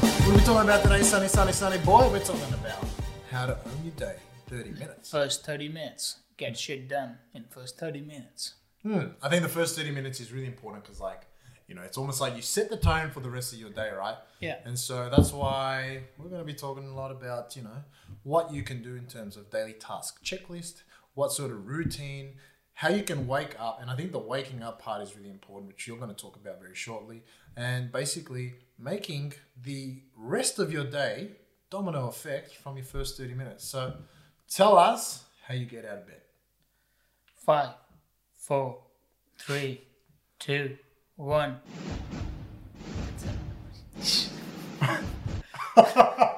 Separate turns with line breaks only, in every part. talking about today's Sunny, Sunny, Sunny Boy. We're talking about how to own your day in 30 minutes.
First 30 minutes. Get shit done in first 30 minutes.
Hmm. I think the first 30 minutes is really important because, like, you know, it's almost like you set the tone for the rest of your day, right?
Yeah.
And so that's why we're going to be talking a lot about, you know, what you can do in terms of daily task checklist, what sort of routine, how you can wake up. And I think the waking up part is really important, which you're going to talk about very shortly. And basically making the rest of your day domino effect from your first 30 minutes. So tell us how you get out of bed.
Five, four, three, two, one.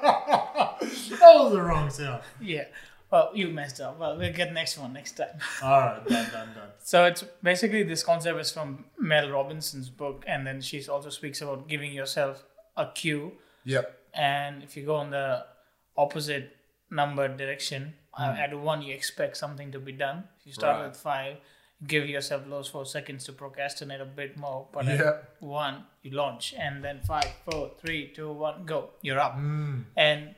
that was the wrong sound.
Yeah. Well, you messed up. Well, we'll get next one next time.
All right, done, done, done.
So it's basically this concept is from Mel Robinson's book, and then she also speaks about giving yourself a cue.
Yep.
And if you go in the opposite number direction, uh, at one you expect something to be done. If you start
Hmm. Right.
with five, give yourself those four seconds to procrastinate a bit more. But
Yeah.
at one, you launch, and then five, four, three, two, one, go. You're up.
Hmm.
And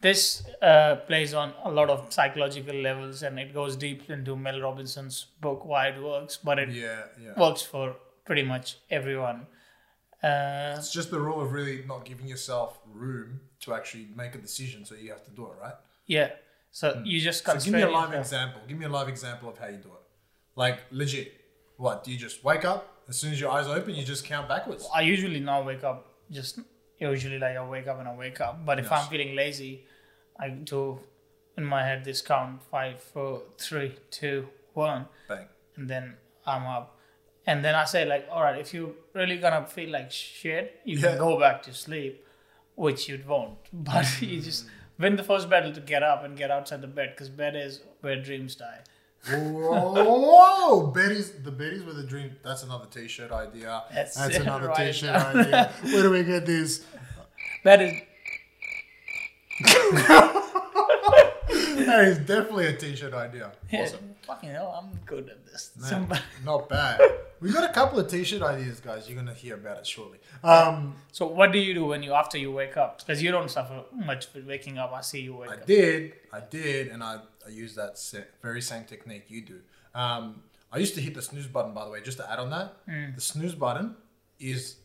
this uh, plays on a lot of psychological levels, and it goes deep into Mel Robinson's book Why It Works, but it
Yeah, yeah.
works for pretty much everyone. Uh,
It's just the rule of really not giving yourself room to actually make a decision, so you have to do it, right?
yeah. So you just
Hmm. So give me a
constrain
live
yourself.
example. Give me a live example of how you do it. Like legit. What? Do you just wake up as soon as your eyes open? You just count backwards.
I usually now wake up just usually like I wake up and I wake up. But if I'm
Yes.
feeling lazy, I do in my head this count five, four, three, two, one,
Bang.
and then I'm up. And then I say like, all right, if you really gonna feel like shit, you
Yeah.
can go back to sleep, which you won't. But you
Mm.
just win the first battle to get up and get outside the bed because bed is where dreams die.
Whoa! Betty's the Betty's with a dream. That's another T-shirt idea.
That's it,
another
right.
T-shirt idea. Where do we get this?
That is
That is definitely a T-shirt idea. Awesome.
fucking hell. I'm good at this.
Man,
Somebody-
not bad. We got a couple of T-shirt ideas, guys. You're gonna hear about it shortly. Um,
So what do you do when you after you wake up? Because you don't suffer much with waking up. I see you wake
I
up.
did, I did, and I, I used that sa- very same technique you do. Um, I used to hit the snooze button, by the way, just to add on that.
Mm.
The snooze button is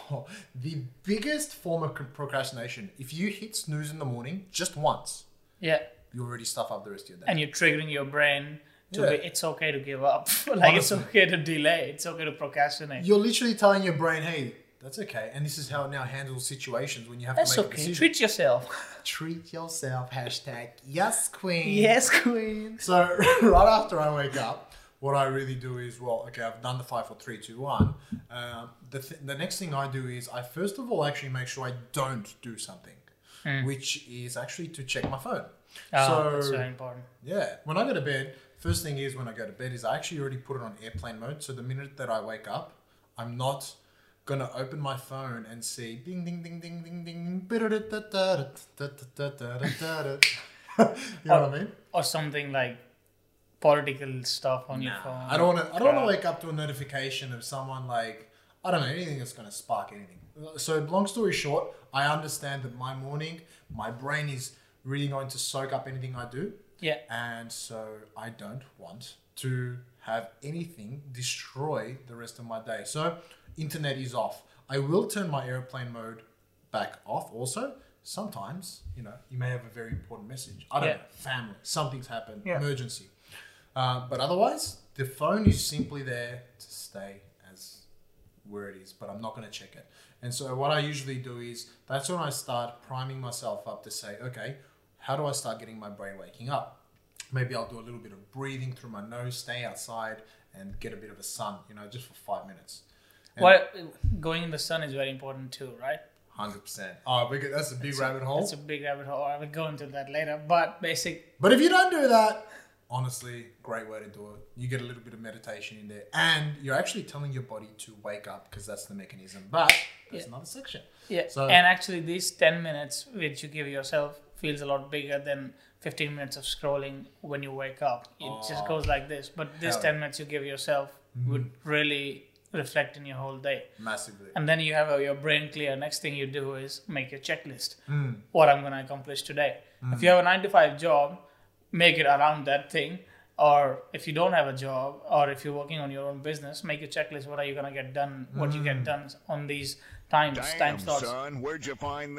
the biggest form of c- procrastination. If you hit snooze in the morning just once,
Yeah,
you already stuff up the rest of your day.
and you're triggering your brain to
Yeah.
be. It's okay to give up. like it's
Honestly.
okay to delay. It's okay to procrastinate.
You're literally telling your brain, hey, that's okay. And this is how it now handles situations when you have
That's
to make a
okay.
decision.
Treat yourself.
Treat yourself. Hashtag yes, queen.
yes, queen.
So right after I wake up, what I really do is well, okay, I've done the five, four, three, two, one. Um, the th- the next thing I do is I first of all actually make sure I don't do something, which is actually to check my phone.
Mm. Oh,
so
that's very important.
yeah, when I go to bed, first thing is when I go to bed is I actually already put it on airplane mode. So the minute that I wake up, I'm not gonna open my phone and see ding ding ding ding ding ding. You know what I mean?
Or something like political stuff on your phone.
I don't want to. I don't want
Yeah.
to wake up to a notification of someone like I don't know anything that's going to spark anything. So long story short, I understand that my morning, my brain is really going to soak up anything I do,
Yeah.
and so I don't want to have anything destroy the rest of my day. So internet is off. I will turn my airplane mode back off. Also, sometimes you know you may have a very important message. I don't
Yeah.
know, family, something's happened,
Yeah.
emergency. Uh, but otherwise, the phone is simply there to stay as where it is, but I'm not going to check it. And so, what I usually do is that's when I start priming myself up to say, okay, how do I start getting my brain waking up? Maybe I'll do a little bit of breathing through my nose, stay outside, and get a bit of the sun, you know, just for five minutes. And
What going in the sun is very important too, right?
100%. Oh, we could- that's a big rabbit hole.
It's a big rabbit hole. I will go into that later. But basic
But if you don't do that, honestly, great way to do it. You get a little bit of meditation in there, and you're actually telling your body to wake up because that's the mechanism. But there's
Yeah.
another section.
Yeah.
So-
and actually, these 10 minutes which you give yourself feels a lot bigger than 15 minutes of scrolling when you wake up. It just
Oh,
goes like this. But this
hell. Mm-hmm.
10 minutes you give yourself would really reflect in your whole day.
massively.
And then you have uh, your brain clear. Next thing you do is make your checklist.
Mm.
What I'm going to accomplish today. If you have a nine to five job, make it around that thing. Or if you don't have a job, or if you're working on your own business, make a checklist. What are you going to get done? What you
Mm.
get done on these times, time
Damn,
slots.
son, where'd you find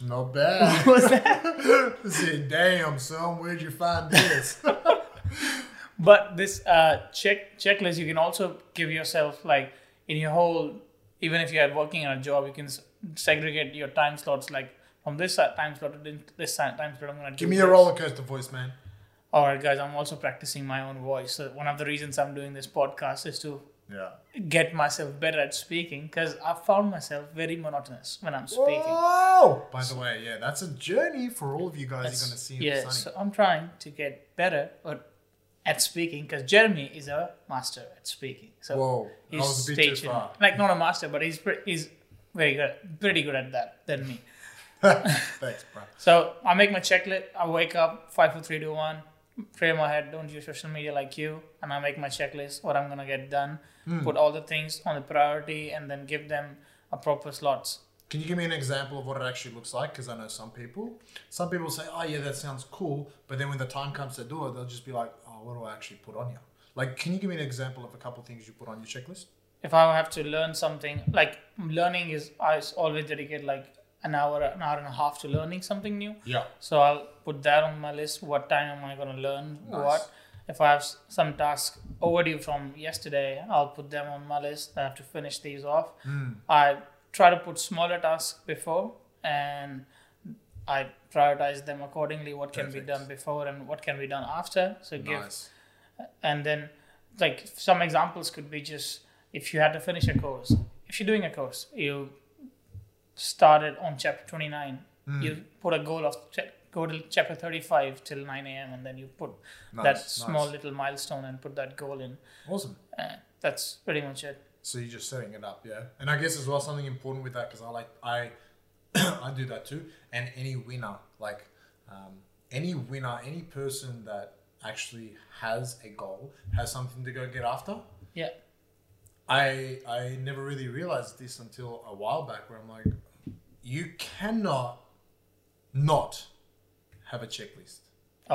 Not bad.
What's that?
Say, damn, son, where'd you find this?
but this uh, check checklist you can also give yourself like in your whole even if you are working on a job you can s- segregate your time slots like from this si- time slot to this si- time slot I'm gonna
Give
do
me your
this.
roller coaster voice, man.
All right, guys, I'm also practicing my own voice. So one of the reasons I'm doing this podcast is to
Yeah.
get myself better at speaking because I found myself very monotonous when I'm speaking.
Whoa! By the way, yeah, that's a journey for all of you guys you're going to see in
yeah,
the sunny.
so I'm trying to get better or at speaking because Jeremy is a master at speaking. So
Whoa, I
he's
was a bit too
station-
far.
like not a master, but he's pre- he's very good, pretty good at that than me.
Thanks, bro.
So I make my checklist. I wake up five, four, three, two, one. Clear my head. Don't use social media like you. And I make my checklist. What I'm gonna get done.
Hmm.
Put all the things on the priority, and then give them a proper slots.
Can you give me an example of what it actually looks like? Because I know some people, some people say, "Oh yeah, that sounds cool," but then when the time comes to do it, they'll just be like, "Oh, what do I actually put on here?" Like, can you give me an example of a couple things you put on your checklist?
if I have to learn something, like learning is, I always dedicate like an hour, an hour and a half to learning something new.
Yeah.
So I'll put that on my list. What time am I going to learn?
Nice.
What? If I have s- some task overdue from yesterday, I'll put them on my list. I have to finish these off.
Hmm.
I try to put smaller tasks before and I prioritize them accordingly. What can
Perfect.
be done before and what can be done after. So give
Nice.
and then like some examples could be just if you had to finish a course if you're doing a course you started on chapter 29
Hmm.
you put a goal of ch- go to chapter 35 till 9 a.m and then you put
Nice,
that
nice.
small little milestone and put that goal in
Awesome.
uh, that's pretty much it
So you're just setting it up, yeah. And I guess as well something important with that because I like I I do that too. And any winner, like um, any winner, any person that actually has a goal has something to go get after.
yeah
I I never really realized this until a while back where I'm like, you cannot not have a checklist.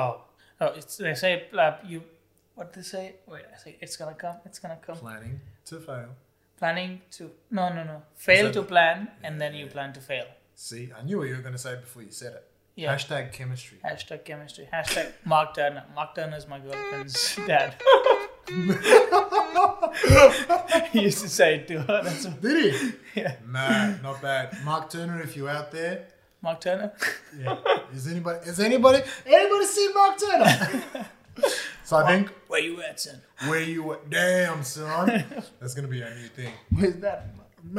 oh oh it's they say uh, you what they say wait i say it's gonna come it's gonna come
Planning to fail.
planning to no no no fail
that
to
the-
plan and then you plan to fail
See, I knew what you were gonna say before you said it.
Yeah.
Hashtag chemistry.
Hashtag chemistry. Hashtag Mark Turner. Mark Turner is my girlfriend's dad. he used to say it to her. That's a,
Did he?
yeah.
Man, not bad. Mark Turner, if you're out there,
Mark Turner.
yeah. is anybody is anybody anybody seen Mark Turner? so I think
Where you at, son?
where you at? Damn son, that's gonna be a new thing.
Where's that?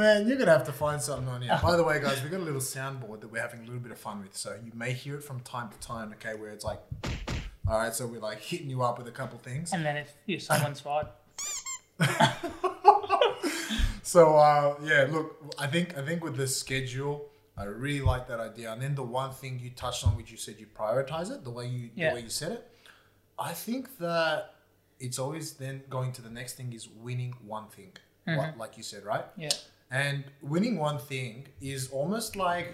Man, you're gonna have to find something on here. By the way, guys, we got a little soundboard that we're having a little bit of fun with, so you may hear it from time to time. Okay, where it's like, all right, so we're like hitting you up with a couple things.
And then if you someone's fault.
So uh, yeah, look, I think I think with the schedule, I really like that idea. And then the one thing you touched on, which you said you prioritize it, the way you
Yeah.
the way you said it, I think that it's always then going to the next thing is winning one thing,
Mm-hmm.
what, like you said, right?
Yeah.
And winning one thing is almost like,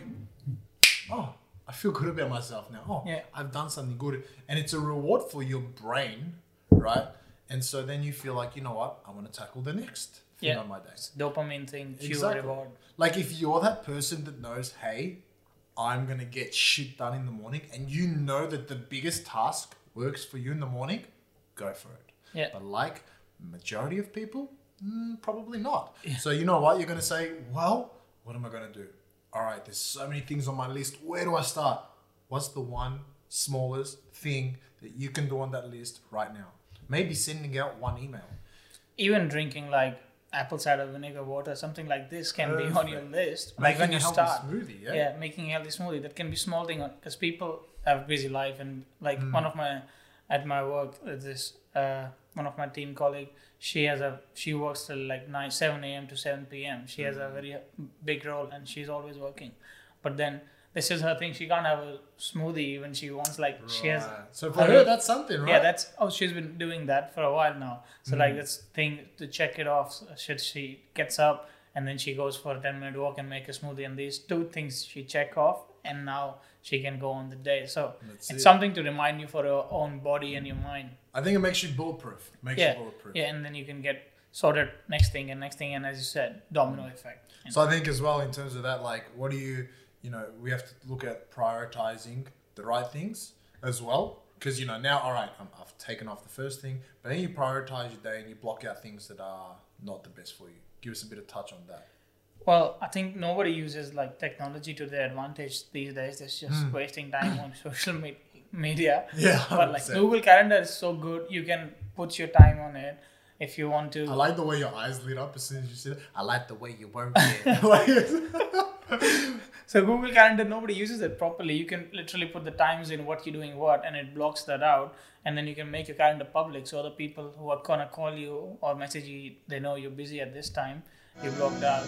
oh, I feel good about myself now. Oh,
Yeah.
I've done something good. And it's a reward for your brain, right? And so then you feel like, you know what? I want to tackle the next thing
Yeah.
on my day.
Dopamine thing, fuel
Exactly.
reward.
Like if you're that person that knows, hey, I'm gonna get shit done in the morning, and you know that the biggest task works for you in the morning, go for it.
Yeah.
But like majority of people, mm, probably not. So you know what? You're gonna say, well, what am I gonna do? All right, there's so many things on my list. Where do I start? What's the one smallest thing that you can do on that list right now? Maybe sending out one email.
Even drinking like apple cider vinegar water, something like this can be on your
Perfect.
list. Like when
Making a
you
healthy
start.
smoothie, yeah?
yeah making a healthy smoothie that can be small thing because people have a busy life and like
Mm.
one of my at my work uh, this uh, one of my team colleague she has a she works till like
Mm.
9 uh, 7 a.m to 7 p.m she has a very big role and she's always working but then this is her thing. She can't have a smoothie when she wants. Like she has.
Right. So for her, that's something, right? Mm.
Yeah, that's oh, she's been doing that for a while now. So like this thing to check it off. so Should she gets up and then she goes for a ten minute walk and make a smoothie, and these two things she check off, and now she can go on the day. So
That's
it's
it.
something to remind you for your own body and your mind.
I think it makes you bulletproof. Makes
Yeah,
you bulletproof.
yeah, and then you can get sorted next thing and next thing, and as you said, domino effect. you know.
So I think as well in terms of that, like, what do you, you know, we have to look at prioritizing the right things as well, because you know now, all right, I'm, I've taken off the first thing, but then you prioritize your day and you block out things that are not the best for you. Give us a bit of touch on that.
Well, I think nobody uses like technology to their advantage these days. It's just wasting time on social me- media.
Yeah,
But like
100%.
Google Calendar is so good, you can put your time on it if you want to.
I like the way your eyes lit up as soon as you said. it. I like the way you work it. Like, it's-
so Google Calendar, nobody uses it properly. You can literally put the times in what you're doing what, and it blocks that out. And then you can make your calendar public, so other people who are gonna call you or message you, they know you're busy at this time. You blocked out.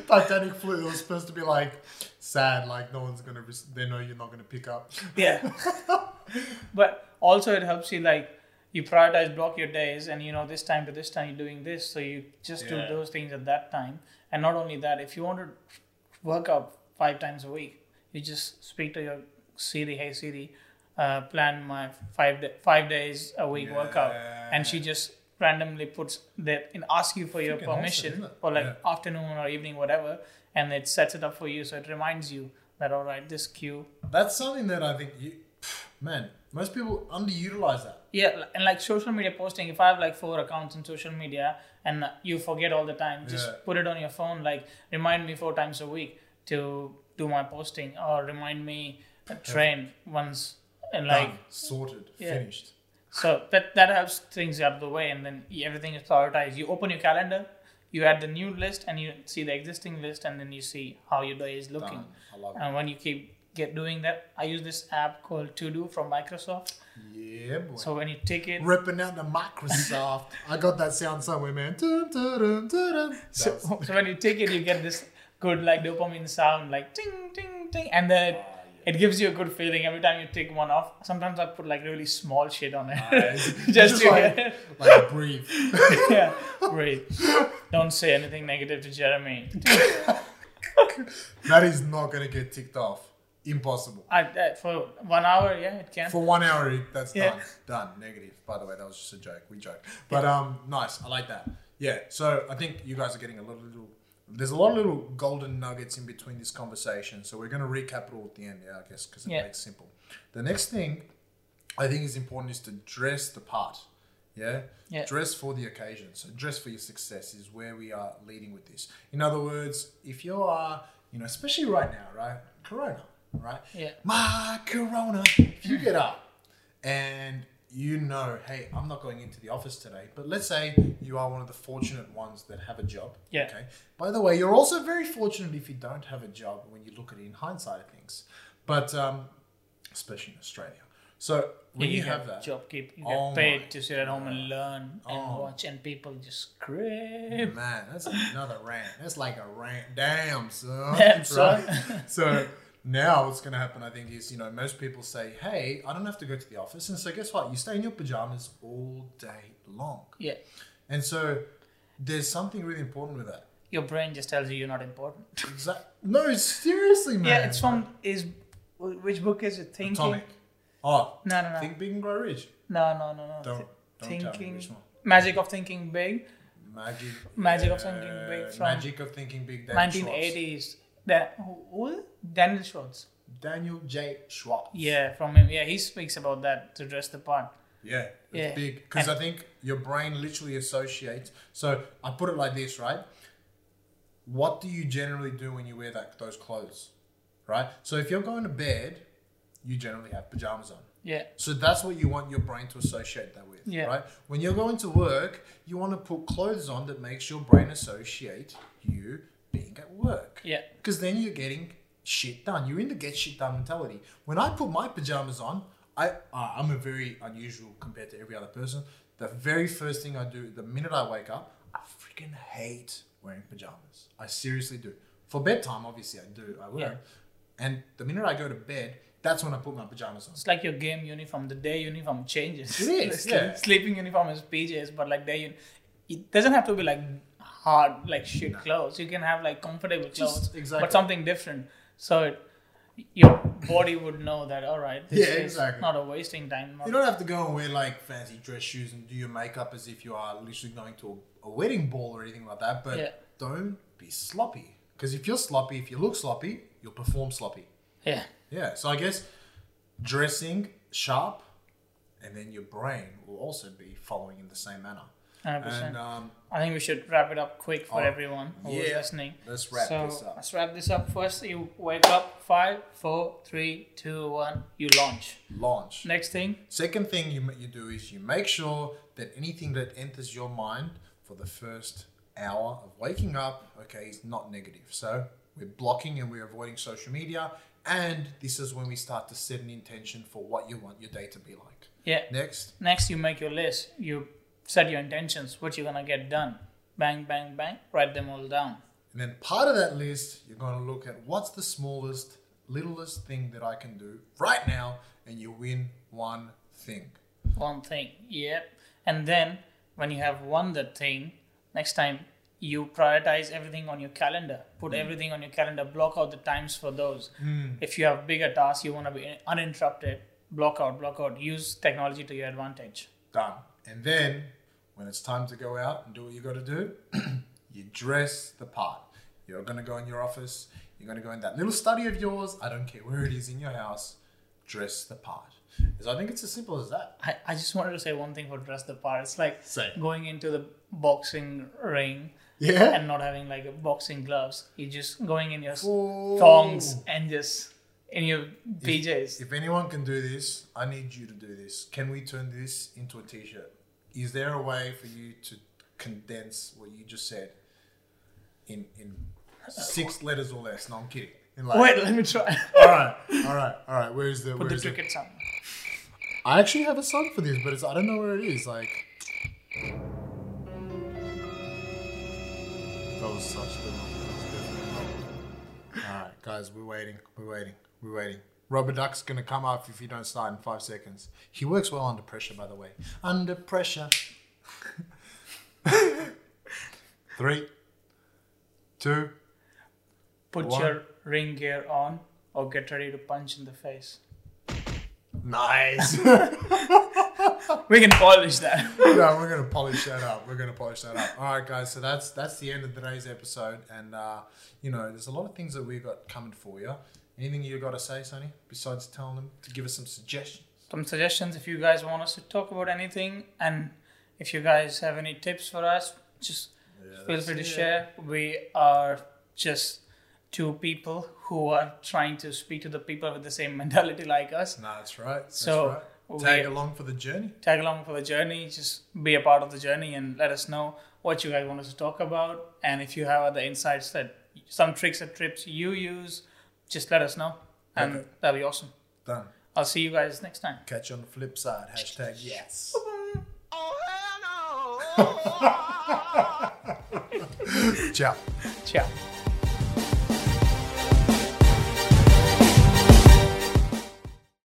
Titanic flew. It was supposed to be like sad, like no one's gonna. Res- they know you're not gonna pick up.
yeah but also it helps you like you prioritize block your days and you know this time to this time you're doing this so you just
Yeah.
do those things at that time and not only that if you want to work out five times a week you just speak to your siri hey siri uh, plan my five da- five days a week workout and she just randomly puts that and asks you for your
Freaking awesome,
permission
isn't it?
for like
Yeah.
afternoon or evening whatever and it sets it up for you so it reminds you that all right this cue
That's something that I think you, man, most people underutilize that.
Yeah, li- and like social media posting. If I have like four accounts on social media and uh, you forget all the time, just
Yeah.
put it on your phone. Like remind me four times a week to do my posting, or remind me uh, train once. And like
Done, sorted,
Yeah.
finished.
so that that helps things out of the way, and then y- everything is prioritized. You open your calendar, you add the new list, and you see the existing list, and then you see how your day is looking.
Done. I love it.
And when you keep get doing that, I use this app called To Do from Microsoft.
Yeah, boy.
So when you take it.
Ripping out the Microsoft. I got that sound somewhere, man. Dun, dun, dun, dun, dun.
so,
That's-
so when you take it, you get this good like dopamine sound, like ting ting ting, and then
Ah,
it, it gives you a good feeling every time you take one off. Sometimes I put like really small shit on it,
Ah, Nice.
just
Just
to
like-
get-
like breathe.
yeah, breathe. Don't say anything negative to Jeremy.
That is not gonna get ticked off. Impossible.
I, uh, for one hour, yeah, it can.
For one hour, it- that's
Yeah.
done. Done. Negative. By the way, that was just a joke. We joked. But um, nice. I like that. Yeah. So I think you guys are getting a lot of little. There's a lot of little golden nuggets in between this conversation. So we're gonna recap it all at the end. Yeah, I guess because it
Yeah.
makes it simple. The next thing I think is important is to dress the part. Yeah?
Yeah.
Dress for the occasion. So dress for your success is where we are leading with this. In other words, if you are, you know, especially right now, right? Corona, right?
Yeah.
My corona. If you get up and you know, hey, I'm not going into the office today, but let's say you are one of the fortunate ones that have a job.
Yeah.
Okay. By the way, you're also very fortunate if you don't have a job when you look at it in hindsight of things. But um, especially in Australia. So when
Yeah,
you,
get
have that,
job keep, you
Oh
get
my
paid to sit at home and learn and
Oh. Mm.
watch, and people just crave.
man, that's another rant. That's like a rant. Damn, son.
Damn, son.
Right? so now what's going to happen, I think, is you know most people say, "Hey, I don't have to go to the office," and so guess what? You stay in your pajamas all day long,
Yeah,
and so there's something really important with that.
your brain just tells you you're not important.
Exactly. No, seriously, man.
Yeah, it's from is which book is it? Thinking.
Atomic. Oh,
No, no, no,
think big and grow rich.
no, no, no, no.
Don't
Th-
don't tell me
thinking.
which one.
Magic of Thinking Big,
Magic.
Magic of Thinking Big from
Uh, Magic of Thinking Big. David Schwartz.
1980s. That who- who? Daniel Schwartz.
Daniel J. Schwartz.
Yeah, from him. Yeah, he speaks about that to dress the part.
Yeah, it's
Yeah.
big because I think your brain literally associates. So I put it like this, right? What do you generally do when you wear that those clothes, right? So if you're going to bed, you generally have pajamas on.
Yeah,
So that's what you want your brain to associate that with,
Yeah.
right? When you're going to work, you want to put clothes on that makes your brain associate you being at work.
yeah,
Because then you're getting shit done. You're in the get shit done mentality. When I put my pajamas on, I uh, I'm a very unusual compared to every other person. The very first thing I do the minute I wake up, I freaking hate wearing pajamas. I seriously do. For bedtime, obviously, I do. I wear
Yeah.
'em. And the minute I go to bed, that's when I put my pajamas on.
It's like your game uniform. The day uniform changes.
It is,
Sleep-
yeah.
Sleeping uniform is PJs, but like day, un- it doesn't have to be like hard, like shit clothes. You can have like comfortable
Just-
clothes,
exactly.
but something different. So it, your body would know that. All right, this
Yeah,
is
exactly.
not a wasting time. not
You don't have to go and wear like fancy dress shoes and do your makeup as if you are literally going to a, a wedding ball or anything like that. But
Yeah.
don't be sloppy. Because if you're sloppy, if you look sloppy, you'll perform sloppy.
yeah,
Yeah. So I guess dressing sharp, and then your brain will also be following in the same manner.
hundred
And
percent.
um,
I think we should wrap it up quick for
Oh,
everyone who's
yeah.
listening.
let's wrap
so
this up.
let's wrap this up. First, you wake up. Five, four, three, two, one. You launch.
Launch.
Next thing,
Second thing you you do is you make sure that anything that enters your mind for the first hour of waking up, okay, is not negative. So we're blocking and we're avoiding social media, and this is when we start to set an intention for what you want your day to be like.
yeah.
Next,
Next, you make your list. You set your intentions, what you're gonna get done. Bang, bang, bang. Write them all down.
and then part of that list, you're going to look at what's the smallest, littlest thing that I can do right now, and you win one thing.
One thing. Yep. And then when you have won that thing, next time you prioritize everything on your calendar. Put
Hmm.
everything on your calendar. Block out the times for those. If you have bigger tasks, you wanna be uninterrupted. Block out, block out. Use technology to your advantage.
done. And then when it's time to go out and do what you got to do, you dress the part. You're going to go in your office, you're going to go in that little study of yours, I don't care where it is in your house, dress the part. Because I think it's as simple as that.
I, I just wanted to say one thing for dress the part. It's like
Say it.
going into the boxing ring
Yeah.
and not having like a boxing gloves. You're just going in your s-
Ooh.
thongs and just in your PJs.
If anyone can do this, I need you to do this. Can we turn this into a t shirt? Is there a way for you to condense what you just said in in six letters or less? No, I'm kidding. In like,
Wait, let me try.
All right, all right, all right. Where's the?
Put the
where's the?
cricket sound.
I actually have a song for this, but it's I don't know where it is. Like that was such a good one. All right, guys, we're waiting. We're waiting. We're waiting. Rubber duck's gonna come up if you don't start in five seconds. He works well under pressure, by the way. Under pressure. Three, two.
Put
One.
your ring gear on or get ready to punch in the face.
Nice.
We can polish that.
no, we're gonna polish that up. We're gonna polish that up. All right, guys. So that's that's the end of today's episode, and uh, you know, there's a lot of things that we've got coming for you. Anything you got to say, Sonny? Besides telling them to give us some suggestions.
Some suggestions if you guys want us to talk about anything and if you guys have any tips for us, just feel free to share. We are just two people who are trying to speak to the people with the same mentality like us.
No, that's right. That's
So,
right.
we-
tag along for the journey.
tag along for the journey. Just be a part of the journey and let us know what you guys want us to talk about. And if you have other insights that some tricks or trips you use, just let us know. And
Okay.
that'll be awesome.
Done.
I'll see you guys next time.
Catch you on the flip side. Hashtag yes.
Oh, hell no!
Ciao.
Ciao.